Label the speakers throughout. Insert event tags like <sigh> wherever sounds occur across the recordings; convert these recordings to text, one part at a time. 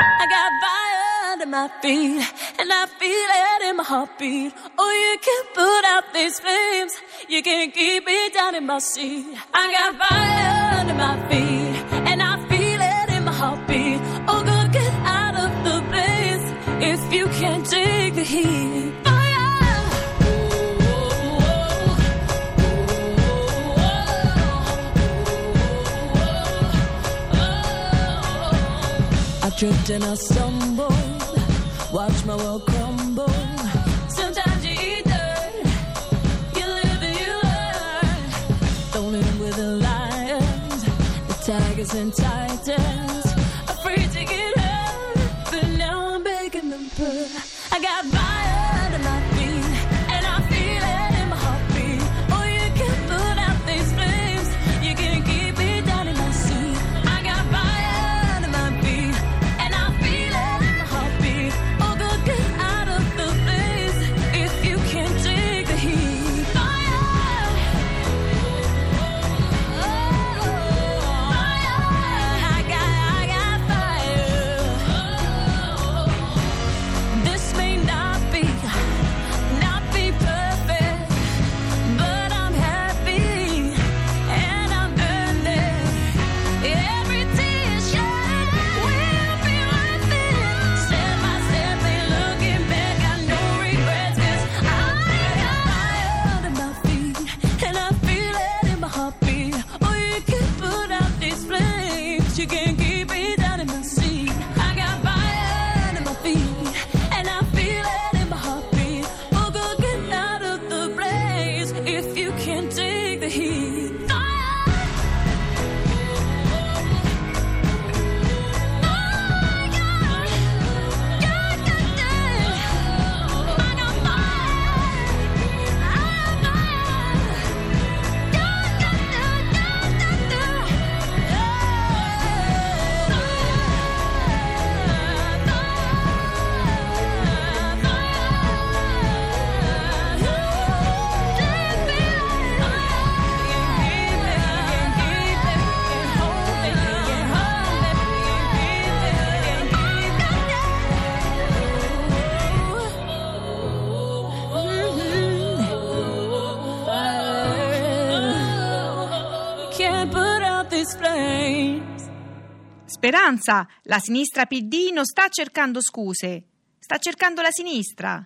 Speaker 1: I got fire under my feet, and I feel it in my heartbeat. Oh, you can put out these flames, you can keep me down in my seat. I got fire under my feet, and I feel it in my heartbeat. Oh, go get out of the blaze if you can't take the heat. Fire! I tripped and I stumbled, watch my world crumble. Sometimes you eat dirt, you live and you learn. Thrown in with the lions, the tigers and titans. Afraid to get hurt, but now I'm begging them put. I got fire under my feet, and I feel it in my heartbeat. Oh, you can put out these flames, you can keep me down in my seat. I got fire under my feet, and I feel it in my heartbeat. Oh, go get out of the blaze if you can't take the heat. Fire. I got, I got fire. This may not be, not be perfect, but I'm happy and I'm burning. Every tear shed will be worth it. Step by step, ain't looking back. I no regrets 'cause I got fire under my feet and I feel it in my heartbeat. Oh, you can put out these flames, you can keep me down in my seat. I got fire under my feet and I feel it in my heartbeat. Oh, go get out of the blaze if you can't take the heat. Fire. Oh, Can't put out these flames.
Speaker 2: Speranza, la sinistra PD non sta cercando scuse, sta cercando la sinistra.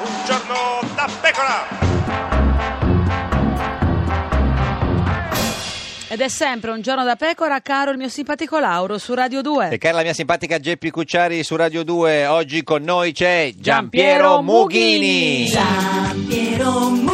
Speaker 3: Un giorno da pecora!
Speaker 4: Ed è sempre un giorno da pecora, caro il mio simpatico Lauro su Radio 2.
Speaker 5: E cara la mia simpatica Geppi Cucciari su Radio 2, oggi con noi c'è Giampiero Mughini.
Speaker 6: Piero Mughini.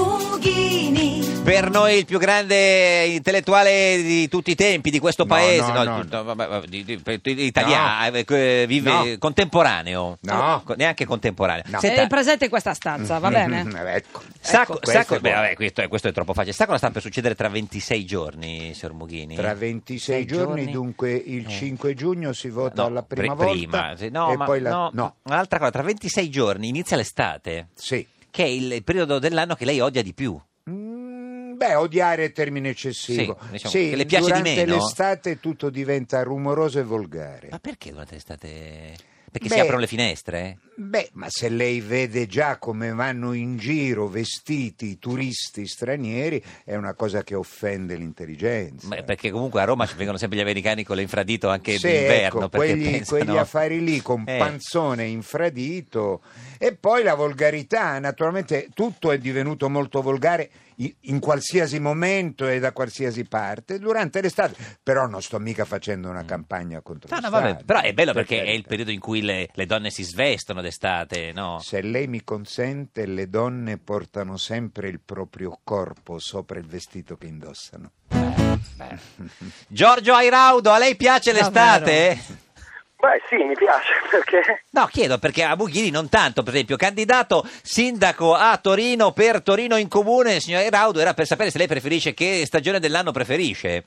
Speaker 5: Per noi il più grande intellettuale di tutti i tempi di questo
Speaker 7: No,
Speaker 5: paese,
Speaker 7: no,
Speaker 5: no,
Speaker 7: no.
Speaker 5: tutto, vabbè, vabbè, di- di- per- di- italiano, eh, eh, vive
Speaker 7: No.
Speaker 5: contemporaneo,
Speaker 7: No.
Speaker 5: Co- neanche contemporaneo.
Speaker 7: No.
Speaker 5: Senta,
Speaker 4: È presente in questa stanza, va
Speaker 7: Mm,
Speaker 4: bene?
Speaker 7: <laughs> eh, ecco.
Speaker 5: sa
Speaker 7: Ecco,
Speaker 5: co-
Speaker 7: questo
Speaker 5: sa
Speaker 7: è
Speaker 5: co- beh,
Speaker 7: buono.
Speaker 5: vabbè, questo, è, questo è troppo facile. Sa cosa sta per succedere tra 26 giorni, signor Mughini?
Speaker 7: Tra 26
Speaker 5: Sei
Speaker 7: Eh, giorni,
Speaker 5: giorni?
Speaker 7: dunque il
Speaker 5: Eh.
Speaker 7: 5 giugno si vota
Speaker 5: No,
Speaker 7: la
Speaker 5: pre-
Speaker 7: prima
Speaker 5: prima,
Speaker 7: volta
Speaker 5: sì, no,
Speaker 7: e
Speaker 5: ma-
Speaker 7: poi la
Speaker 5: no,
Speaker 7: no,
Speaker 5: un'altra cosa, tra 26 giorni inizia l'estate.
Speaker 7: sì.
Speaker 5: che è il periodo dell'anno che lei odia di più.
Speaker 7: Mm, Beh, odiare è termine eccessivo.
Speaker 5: Sì, diciamo che le piace di
Speaker 7: durante
Speaker 5: meno.
Speaker 7: l'estate tutto diventa rumoroso e volgare.
Speaker 5: Ma perché durante l'estate? Perché si
Speaker 7: Eh. Beh.
Speaker 5: aprono le finestre?
Speaker 7: Beh, ma se lei vede già come vanno in giro vestiti i turisti stranieri, è una cosa che offende l'intelligenza.
Speaker 5: Ma perché comunque a Roma ci vengono sempre gli americani con l'infradito anche
Speaker 7: Sì,
Speaker 5: d'inverno.
Speaker 7: ecco,
Speaker 5: perché
Speaker 7: quegli,
Speaker 5: pensano-
Speaker 7: quegli affari lì con
Speaker 5: Eh,
Speaker 7: panzone infradito e poi la volgarità, naturalmente tutto è divenuto molto volgare i- in qualsiasi momento e da qualsiasi parte durante l'estate, però non sto mica facendo una campagna contro
Speaker 5: Mm.
Speaker 7: Cioè,
Speaker 5: No, no,
Speaker 7: l'estate,
Speaker 5: vabbè, però è bello
Speaker 7: per
Speaker 5: perché è il
Speaker 7: carità.
Speaker 5: periodo in cui le, le donne si svestono d'estate, no?
Speaker 7: eh, Se lei mi consente, le donne portano sempre il proprio corpo sopra il vestito che indossano.
Speaker 5: Giorgio Airaudo, a lei piace
Speaker 4: Davvero?
Speaker 5: l'estate?
Speaker 8: Beh sì, mi piace <laughs> perché
Speaker 5: No, chiedo perché a Mughini non tanto, per esempio, candidato sindaco a Torino per Torino in comune, signor Airaudo, era per sapere se lei preferisce che stagione dell'anno preferisce.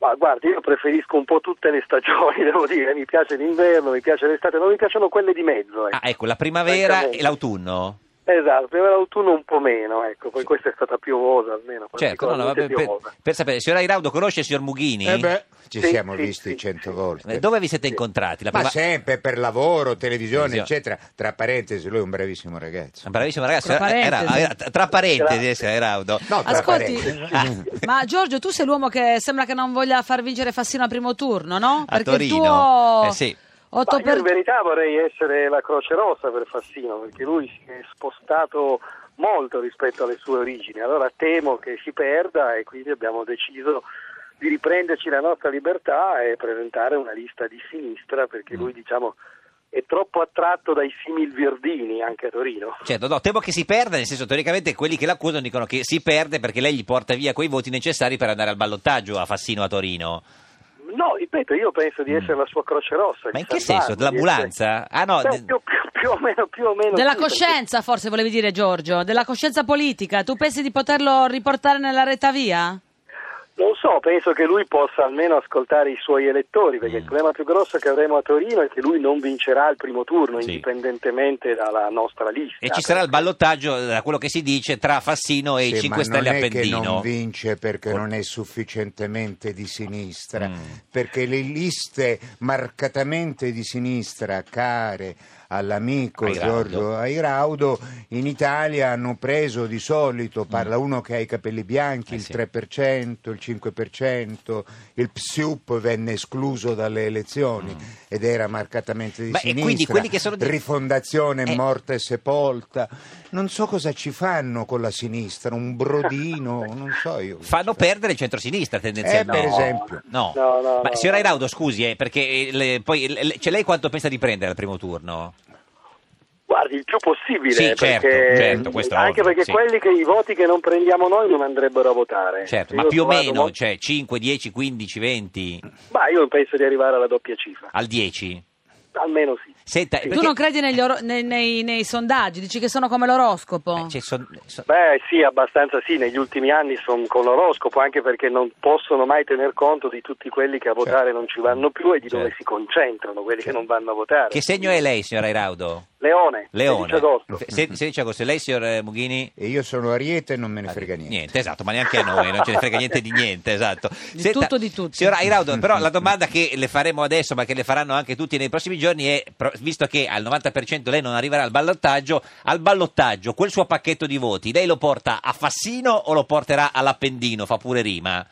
Speaker 8: ma guardi, io preferisco un po' tutte le stagioni, <laughs> devo dire,
Speaker 5: eh.
Speaker 8: mi piace l'inverno, mi piace l'estate, non mi piacciono quelle di mezzo. ecco.
Speaker 5: Ah, ecco, la primavera e
Speaker 8: Francamente.
Speaker 5: l'autunno.
Speaker 8: Esatto, primavera autunno un po' meno, ecco, poi questa è stata piovosa almeno.
Speaker 5: Certo, no, no, vabbè,
Speaker 8: particolarmente
Speaker 5: per,
Speaker 8: piovosa.
Speaker 5: per sapere, signora Iraudo conosce il signor Mughini?
Speaker 7: Eh beh, ci
Speaker 8: Sì,
Speaker 7: siamo
Speaker 8: sì,
Speaker 7: visti
Speaker 8: sì,
Speaker 7: cento
Speaker 8: sì.
Speaker 7: volte.
Speaker 5: Eh, Dove vi siete
Speaker 8: Sì.
Speaker 5: incontrati? La
Speaker 7: Ma
Speaker 5: prima-
Speaker 7: sempre per lavoro, televisione,
Speaker 5: Televisione.
Speaker 7: eccetera. Tra parentesi, lui è un bravissimo ragazzo.
Speaker 5: Ah, Bravissimo ragazzi,
Speaker 4: Tra
Speaker 5: era- era-
Speaker 4: parentesi.
Speaker 5: era- tra parentesi,
Speaker 8: Grazie.
Speaker 5: eh, Iraudo.
Speaker 7: No, tra
Speaker 4: Ascolti,
Speaker 7: parentesi.
Speaker 5: Mm.
Speaker 4: ma Giorgio, tu sei l'uomo che sembra che non voglia far vincere Fassino al primo turno, no?
Speaker 5: A
Speaker 4: Perché
Speaker 5: Torino.
Speaker 4: il tuo
Speaker 5: Eh sì.
Speaker 4: otto
Speaker 8: Ma io
Speaker 4: per-
Speaker 8: in verità vorrei essere la croce rossa per Fassino, perché lui si è spostato molto rispetto alle sue origini, allora temo che si perda e quindi abbiamo deciso di riprenderci la nostra libertà e presentare una lista di sinistra, perché lui diciamo è troppo attratto dai simil verdini anche a Torino.
Speaker 5: Certo, no, temo che si perda, nel senso teoricamente quelli che l'accusano dicono che si perde perché lei gli porta via quei voti necessari per andare al ballottaggio a Fassino a Torino.
Speaker 8: No, ripeto, io penso di essere la sua croce rossa.
Speaker 5: Mm. Ma
Speaker 8: di
Speaker 5: in che
Speaker 8: salvarlo,
Speaker 5: senso?
Speaker 8: di
Speaker 5: Dell'ambulanza?
Speaker 8: essere-
Speaker 5: Ah, no,
Speaker 8: Beh,
Speaker 5: de-
Speaker 8: più, più- più o meno, più o meno.
Speaker 4: Della
Speaker 8: sì, perché-
Speaker 4: coscienza, forse volevi dire Giorgio, della coscienza politica. Tu pensi di poterlo riportare nella retta via?
Speaker 8: Non so, penso che lui possa almeno ascoltare i suoi elettori, perché
Speaker 5: Mm.
Speaker 8: il problema più grosso che avremo a Torino è che lui non vincerà il primo turno,
Speaker 5: Sì.
Speaker 8: indipendentemente dalla nostra lista.
Speaker 5: E ci sarà il ballottaggio, eh, da quello che si dice, tra Fassino e i
Speaker 7: Esatto. Sì,
Speaker 5: 5
Speaker 7: ma
Speaker 5: Stelle
Speaker 7: non
Speaker 5: a
Speaker 7: è che
Speaker 5: Pendino.
Speaker 7: non vince perché non è sufficientemente di sinistra,
Speaker 5: Mm.
Speaker 7: perché le liste marcatamente di sinistra, care all'amico
Speaker 5: Airaudo.
Speaker 7: Giorgio Airaudo, in Italia hanno preso di solito, parla uno che ha i capelli bianchi,
Speaker 5: Mm. Eh
Speaker 7: il
Speaker 5: sì.
Speaker 7: 3%, il 5%, il PSUP venne escluso dalle elezioni ed era marcatamente di
Speaker 5: Mm. Beh, e
Speaker 7: sinistra,
Speaker 5: quindi quelli che sono di-
Speaker 7: rifondazione
Speaker 5: Eh.
Speaker 7: morta e sepolta, non so cosa ci fanno con la sinistra, un brodino, non so io.
Speaker 5: Fanno perdere il centrosinistra
Speaker 7: Eh,
Speaker 5: tendenzialmente.
Speaker 7: per
Speaker 5: No.
Speaker 7: esempio.
Speaker 5: No.
Speaker 8: No, no,
Speaker 5: ma
Speaker 8: no.
Speaker 5: signora Iraudo, scusi, eh, perché eh, le- poi, le- le- cioè, lei quanto pensa di prendere al primo turno?
Speaker 8: Guardi, il più possibile.
Speaker 5: Sì, certo,
Speaker 8: perché-
Speaker 5: certo, questo è
Speaker 8: Anche
Speaker 5: ovvio,
Speaker 8: perché
Speaker 5: sì.
Speaker 8: quelli che i voti che non prendiamo noi non andrebbero a votare.
Speaker 5: Certo,
Speaker 8: Eh, Io
Speaker 5: ma
Speaker 8: ho
Speaker 5: più o
Speaker 8: trovato
Speaker 5: meno,
Speaker 8: molti-
Speaker 5: cioè 5, 10, 15, 20,
Speaker 8: Ma io penso di arrivare alla doppia cifra,
Speaker 5: al 10?
Speaker 8: almeno sì.
Speaker 5: Senta, perché- Eh,
Speaker 4: Tu non credi negli oro- nei, nei- nei sondaggi, dici che sono come l'oroscopo.
Speaker 5: eh, cioè, son- son-
Speaker 8: Beh sì, abbastanza sì, negli ultimi anni sono con l'oroscopo, anche perché non possono mai tener conto di tutti quelli che a votare non ci vanno più e di dove
Speaker 5: Certo.
Speaker 8: si concentrano quelli che non vanno a votare.
Speaker 5: Che segno è lei, signora Iraudo?
Speaker 8: Leone,
Speaker 5: Leone.
Speaker 8: 16 agosto.
Speaker 5: Fe- se- 16 agosto. E lei, signor eh, Mughini?
Speaker 7: E io sono Ariete e non me ne frega niente.
Speaker 5: esatto, ma neanche a noi, non ce ne frega niente di niente, esatto.
Speaker 4: Di tutto, di tutto.
Speaker 5: Signora Iraudo, però la domanda che le faremo adesso, ma che le faranno anche tutti nei prossimi giorni è, pro- visto che al 90% lei non arriverà al ballottaggio, al ballottaggio quel suo pacchetto di voti, lei lo porta a Fassino o lo porterà all'Appendino, fa pure rima?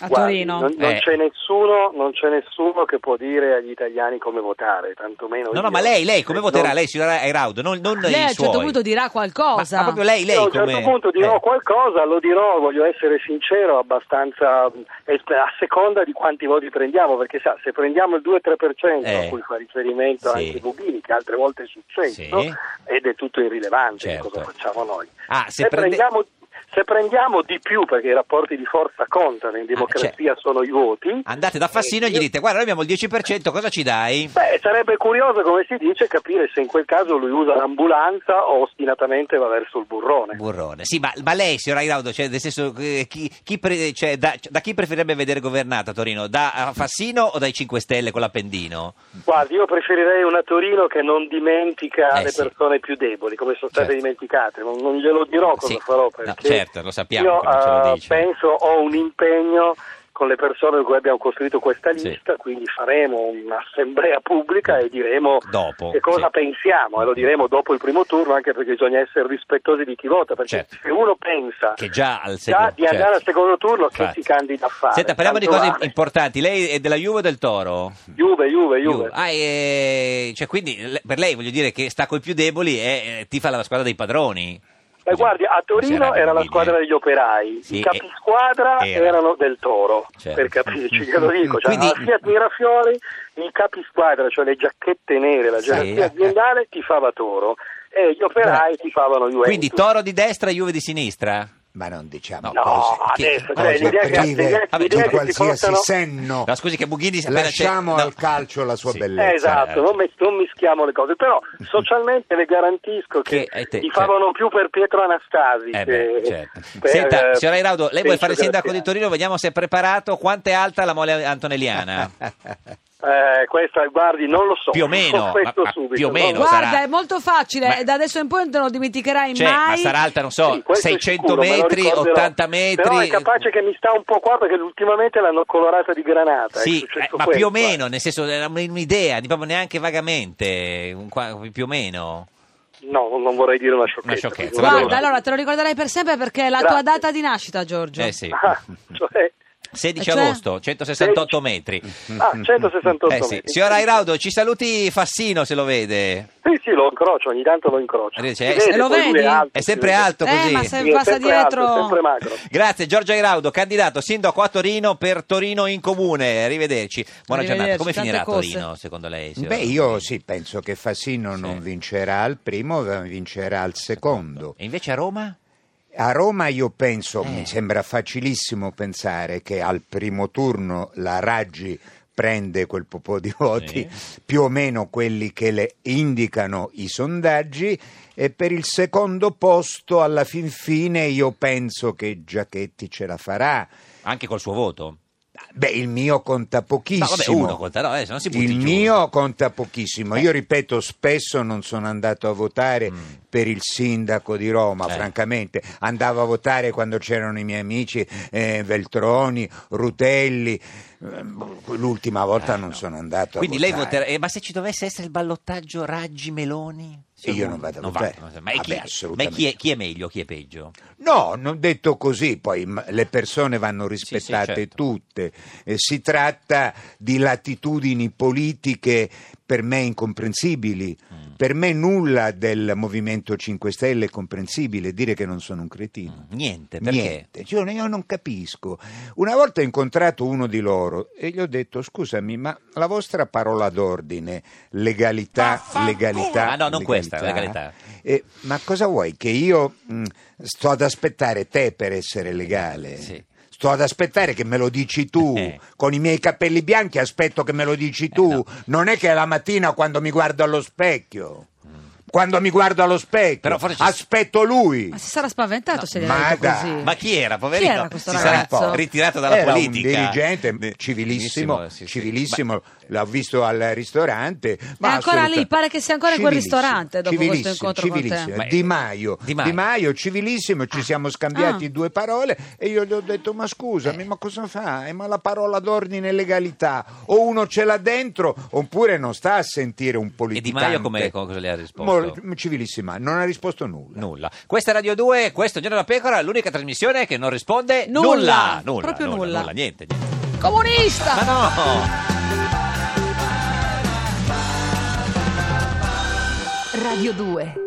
Speaker 4: A
Speaker 8: Guardi,
Speaker 4: Torino.
Speaker 8: Non, non
Speaker 5: Eh.
Speaker 8: c'è nessuno, non c'è nessuno che può dire agli italiani come votare, tantomeno
Speaker 5: No,
Speaker 8: io.
Speaker 5: no, ma lei, lei come
Speaker 8: Eh,
Speaker 5: voterà?
Speaker 8: non-
Speaker 5: Lei, signora Iraudo, non, non
Speaker 4: Lei
Speaker 5: i
Speaker 4: a un certo
Speaker 5: suoi.
Speaker 4: punto dirà qualcosa.
Speaker 5: Ma, ma proprio lei, lei
Speaker 8: Io a un
Speaker 5: come...
Speaker 8: certo punto dirò
Speaker 5: Eh.
Speaker 8: qualcosa, lo dirò, voglio essere sincero, abbastanza mh, es- a seconda di quanti voti prendiamo, perché sa, se prendiamo il 2-3%
Speaker 5: Eh.
Speaker 8: a cui fa riferimento
Speaker 5: Sì.
Speaker 8: anche Bubini, che altre volte è successo,
Speaker 5: Sì.
Speaker 8: ed è tutto irrilevante
Speaker 5: Certo.
Speaker 8: cosa facciamo noi.
Speaker 5: Ah, se
Speaker 8: se,
Speaker 5: prende-
Speaker 8: prendiamo, se prendiamo di più, perché i rapporti di forza contano, in democrazia sono i voti.
Speaker 5: Ah, certo.
Speaker 8: eh,
Speaker 5: Andate da Fassino e gli
Speaker 8: io-
Speaker 5: dite, guarda, noi abbiamo il 10%, cosa ci dai?
Speaker 8: Beh, sarebbe curioso, come si dice, capire se in quel caso lui usa l'ambulanza o ostinatamente va verso il burrone.
Speaker 5: Burrone. Sì, ma, ma lei, signora Iraudo, cioè, nel senso, eh, chi, chi pre- cioè, da, da chi preferirebbe vedere governata Torino? Da eh, Fassino o dai 5 Stelle con l'Appendino?
Speaker 8: Guardi, io preferirei una Torino che non dimentica
Speaker 5: Eh,
Speaker 8: le
Speaker 5: sì.
Speaker 8: persone più deboli, come sono state
Speaker 5: Certo.
Speaker 8: dimenticate. Non, non glielo dirò cosa
Speaker 5: Sì.
Speaker 8: farò
Speaker 5: No,
Speaker 8: perché
Speaker 5: certo, lo sappiamo
Speaker 8: Io
Speaker 5: che non ce lo
Speaker 8: eh,
Speaker 5: dice.
Speaker 8: penso ho un impegno con le persone con cui abbiamo costruito questa
Speaker 5: Sì.
Speaker 8: lista, quindi faremo un'assemblea pubblica e diremo
Speaker 5: Dopo,
Speaker 8: che cosa
Speaker 5: sì. Mm-hmm.
Speaker 8: pensiamo e lo diremo dopo il primo turno, anche perché bisogna essere rispettosi di chi vota, perché
Speaker 5: Certo.
Speaker 8: se uno pensa
Speaker 5: Che già al
Speaker 8: Già
Speaker 5: secondo certo.
Speaker 8: di andare al secondo turno, che
Speaker 5: Infatti.
Speaker 8: si candida a fare?
Speaker 5: Senta, parliamo di
Speaker 8: Tanto
Speaker 5: cose
Speaker 8: vale.
Speaker 5: importanti. Lei è della Juve o del Toro?
Speaker 8: Juve, Juve, Juve.
Speaker 5: Ah, eh, cioè, quindi le- per lei voglio dire che sta coi più deboli e ti fa la squadra dei padroni.
Speaker 8: Beh, guardi, a Torino
Speaker 5: Miserabili,
Speaker 8: era la
Speaker 5: eh.
Speaker 8: squadra degli operai,
Speaker 5: Sì,
Speaker 8: i capisquadra
Speaker 5: eh, era.
Speaker 8: erano del Toro,
Speaker 5: Certo. Mm,
Speaker 8: per capirci, glielo dico. Cioè,
Speaker 5: Quindi-
Speaker 8: la Fiat Mirafiori, i capisquadra, cioè le giacchette nere, la
Speaker 5: Sì,
Speaker 8: gerarchia
Speaker 5: eh.
Speaker 8: aziendale, tifava Toro e gli operai tifavano Juventus.
Speaker 5: Quindi Toro di destra, Juve di sinistra?
Speaker 7: Ma non diciamo
Speaker 5: No,
Speaker 7: cose,
Speaker 8: No,
Speaker 5: Che-
Speaker 8: adesso,
Speaker 5: no,
Speaker 8: cioè,
Speaker 5: sì,
Speaker 8: l'idea che,
Speaker 5: perché-
Speaker 8: l'idea-
Speaker 5: vabbè,
Speaker 8: l'idea
Speaker 5: tu
Speaker 8: che
Speaker 7: di
Speaker 8: si
Speaker 7: qualsiasi
Speaker 8: portano-
Speaker 7: senno.
Speaker 5: No, scusi che Bughini appena c'è-
Speaker 7: Lasciamo
Speaker 5: no.
Speaker 7: al calcio la sua
Speaker 5: Sì.
Speaker 7: bellezza.
Speaker 8: Eh,
Speaker 5: certo.
Speaker 8: esatto, non, mes- non mischiamo le
Speaker 5: <laughs>
Speaker 8: cose, però socialmente le garantisco che,
Speaker 5: Che, eh, te-
Speaker 8: tifavano più per Pietro Anastasi.
Speaker 5: Eh
Speaker 8: che
Speaker 5: beh, certo.
Speaker 8: per,
Speaker 5: Senta,
Speaker 8: eh,
Speaker 5: signora Iraudo, lei vuole
Speaker 8: Sergio
Speaker 5: fare il sindaco
Speaker 7: Ah.
Speaker 5: di
Speaker 8: Graziani. <laughs>
Speaker 5: Torino, vediamo se è preparato. Quanto è alta la mole antonelliana?
Speaker 8: Eh, questa, guardi, non lo so.
Speaker 5: Più o
Speaker 8: <laughs>
Speaker 5: meno,
Speaker 8: Confesso
Speaker 5: ma- ma
Speaker 8: subito,
Speaker 5: più o
Speaker 8: no?
Speaker 5: meno.
Speaker 4: Guarda,
Speaker 5: sarà-
Speaker 4: è molto facile,
Speaker 5: Ma-
Speaker 4: e da adesso in poi non lo dimenticherai
Speaker 5: Cioè,
Speaker 4: mai.
Speaker 5: ma sarà alta, non so,
Speaker 8: Sì, questo è
Speaker 5: 600
Speaker 8: sicuro, me lo
Speaker 5: metri,
Speaker 8: ricorderò.
Speaker 5: 80 metri.
Speaker 8: Però è capace che mi sta un po' qua perché ultimamente l'hanno colorata di granata. è
Speaker 5: Sì,
Speaker 8: successo
Speaker 5: eh, ma
Speaker 8: questo,
Speaker 5: più o
Speaker 8: eh.
Speaker 5: meno, nel senso, era un- un'idea, di proprio neanche vagamente, un qua- più o meno.
Speaker 8: No, non vorrei dire una sciocchezza.
Speaker 5: Una sciocchezza,
Speaker 8: quindi
Speaker 5: va
Speaker 8: non
Speaker 5: bene.
Speaker 4: Guarda,
Speaker 8: devo-
Speaker 4: allora te lo ricorderai per sempre perché è la
Speaker 8: Grazie.
Speaker 4: tua data di nascita, Giorgio.
Speaker 5: Eh sì.
Speaker 8: <laughs> Ah, cioè,
Speaker 5: 16
Speaker 4: E cioè?
Speaker 5: agosto, 168 metri. <laughs>
Speaker 8: ah, 168
Speaker 5: Eh sì.
Speaker 8: metri.
Speaker 5: Signora Airaudo, ci saluti Fassino se lo vede.
Speaker 8: Sì, sì, lo incrocio, ogni tanto lo incrocio.
Speaker 5: Arrivederci,
Speaker 8: Si
Speaker 5: eh,
Speaker 8: vede,
Speaker 4: lo
Speaker 8: poi lui
Speaker 4: vedi?
Speaker 8: alto,
Speaker 5: È
Speaker 8: si
Speaker 5: sempre
Speaker 8: vede.
Speaker 5: alto
Speaker 4: Eh,
Speaker 5: così.
Speaker 4: ma se
Speaker 8: Sì, è
Speaker 4: passa
Speaker 8: sempre
Speaker 4: dietro...
Speaker 8: alto, è sempre magro.
Speaker 5: Grazie Giorgio Airaudo, candidato sindaco a Torino per Torino in comune. Arrivederci. Buona giornata.
Speaker 4: Arrivederci,
Speaker 5: Come
Speaker 4: tante
Speaker 5: finirà
Speaker 4: cose.
Speaker 5: Torino secondo lei? signora?
Speaker 7: Beh, io sì, penso che Fassino
Speaker 5: Sì.
Speaker 7: non vincerà al primo, ma vincerà al secondo.
Speaker 5: E invece a Roma?
Speaker 7: A Roma io penso,
Speaker 5: Eh.
Speaker 7: mi sembra facilissimo pensare che al primo turno la Raggi prende quel po' di voti, più o meno quelli che le indicano i sondaggi, e per il secondo posto alla fin fine io penso che Giachetti ce la farà.
Speaker 5: Anche col suo voto?
Speaker 7: Beh, il mio conta pochissimo.
Speaker 5: No, vabbè, uno conta, no, adesso non si butti
Speaker 7: il
Speaker 5: giù. Eh.
Speaker 7: mio conta pochissimo. Io ripeto, spesso non sono andato a votare
Speaker 5: Mm.
Speaker 7: per il sindaco di Roma,
Speaker 5: Eh.
Speaker 7: francamente. Andavo a votare quando c'erano i miei amici eh, Veltroni, Rutelli. Eh, L'ultima volta non sono andato
Speaker 5: Eh, Quindi
Speaker 7: a
Speaker 5: lei
Speaker 7: votare.
Speaker 5: voterà. eh, ma se ci dovesse essere il ballottaggio Raggi Meloni?
Speaker 7: E io non vado a votare.
Speaker 5: ma, e chi,
Speaker 7: Vabbè, assolutamente.
Speaker 5: ma chi è, chi è meglio, chi è peggio?
Speaker 7: No, non detto così, poi m- le persone vanno
Speaker 5: sì,
Speaker 7: rispettate
Speaker 5: certo.
Speaker 7: tutte. Eh, si tratta di latitudini politiche per me incomprensibili.
Speaker 5: Mm.
Speaker 7: Per me nulla del Movimento 5 Stelle è comprensibile, dire che non sono un cretino.
Speaker 5: Mm, Niente, perché?
Speaker 7: Niente, cioè, io non capisco. Una volta ho incontrato uno di loro e gli ho detto: Scusami, ma la vostra parola d'ordine, legalità, legalità.
Speaker 5: Ah, no, non questa, legalità.
Speaker 7: eh, ma cosa vuoi? Che io mh, sto ad aspettare te per essere legale?
Speaker 5: Sì.
Speaker 7: Sto ad aspettare che me lo dici tu,
Speaker 5: Eh.
Speaker 7: con i miei capelli bianchi aspetto che me lo dici tu,
Speaker 5: no.
Speaker 7: non è che è la mattina quando mi guardo allo specchio, quando mi guardo allo specchio,
Speaker 5: Però forse ci-
Speaker 7: aspetto lui.
Speaker 4: Ma si sarà spaventato se gli
Speaker 7: Ma
Speaker 4: hai detto
Speaker 7: dai.
Speaker 4: così.
Speaker 5: Ma chi era, poverino?
Speaker 4: Chi era questo
Speaker 5: si
Speaker 4: ragazzo?
Speaker 5: sarà ritirato dalla
Speaker 7: Era
Speaker 5: politica.
Speaker 7: un dirigente
Speaker 5: Eh,
Speaker 7: civilissimo,
Speaker 5: sì, sì.
Speaker 7: civilissimo, l'ho visto al ristorante. Ma
Speaker 4: È ancora
Speaker 7: assoluta-
Speaker 4: lì, pare che sia ancora in quel
Speaker 7: civilissimo,
Speaker 4: ristorante dopo questo
Speaker 7: civilissimo,
Speaker 4: incontro con te.
Speaker 7: civilissimo.
Speaker 5: Ma-
Speaker 7: Di, Maio,
Speaker 5: Di
Speaker 7: Di
Speaker 5: Maio.
Speaker 7: Maio, civilissimo, ci siamo scambiati
Speaker 4: Ah. Eh.
Speaker 7: due parole e io gli ho detto ma scusami, ma cosa fai? Ma la parola d'ordine e legalità, o uno ce l'ha dentro oppure non sta a sentire un
Speaker 5: Ma- E Di
Speaker 7: politicante.
Speaker 5: Maio come, come- cosa le ha risposto?
Speaker 7: Mo- civilissima, non ha risposto nulla.
Speaker 5: Nulla. Questa è Radio 2, questo è Giorno da Pecora, l'unica trasmissione che non risponde
Speaker 4: Nulla.
Speaker 5: nulla. Nulla,
Speaker 4: Proprio nulla.
Speaker 5: niente, niente.
Speaker 4: Comunista!
Speaker 5: Ma no!
Speaker 6: Radio 2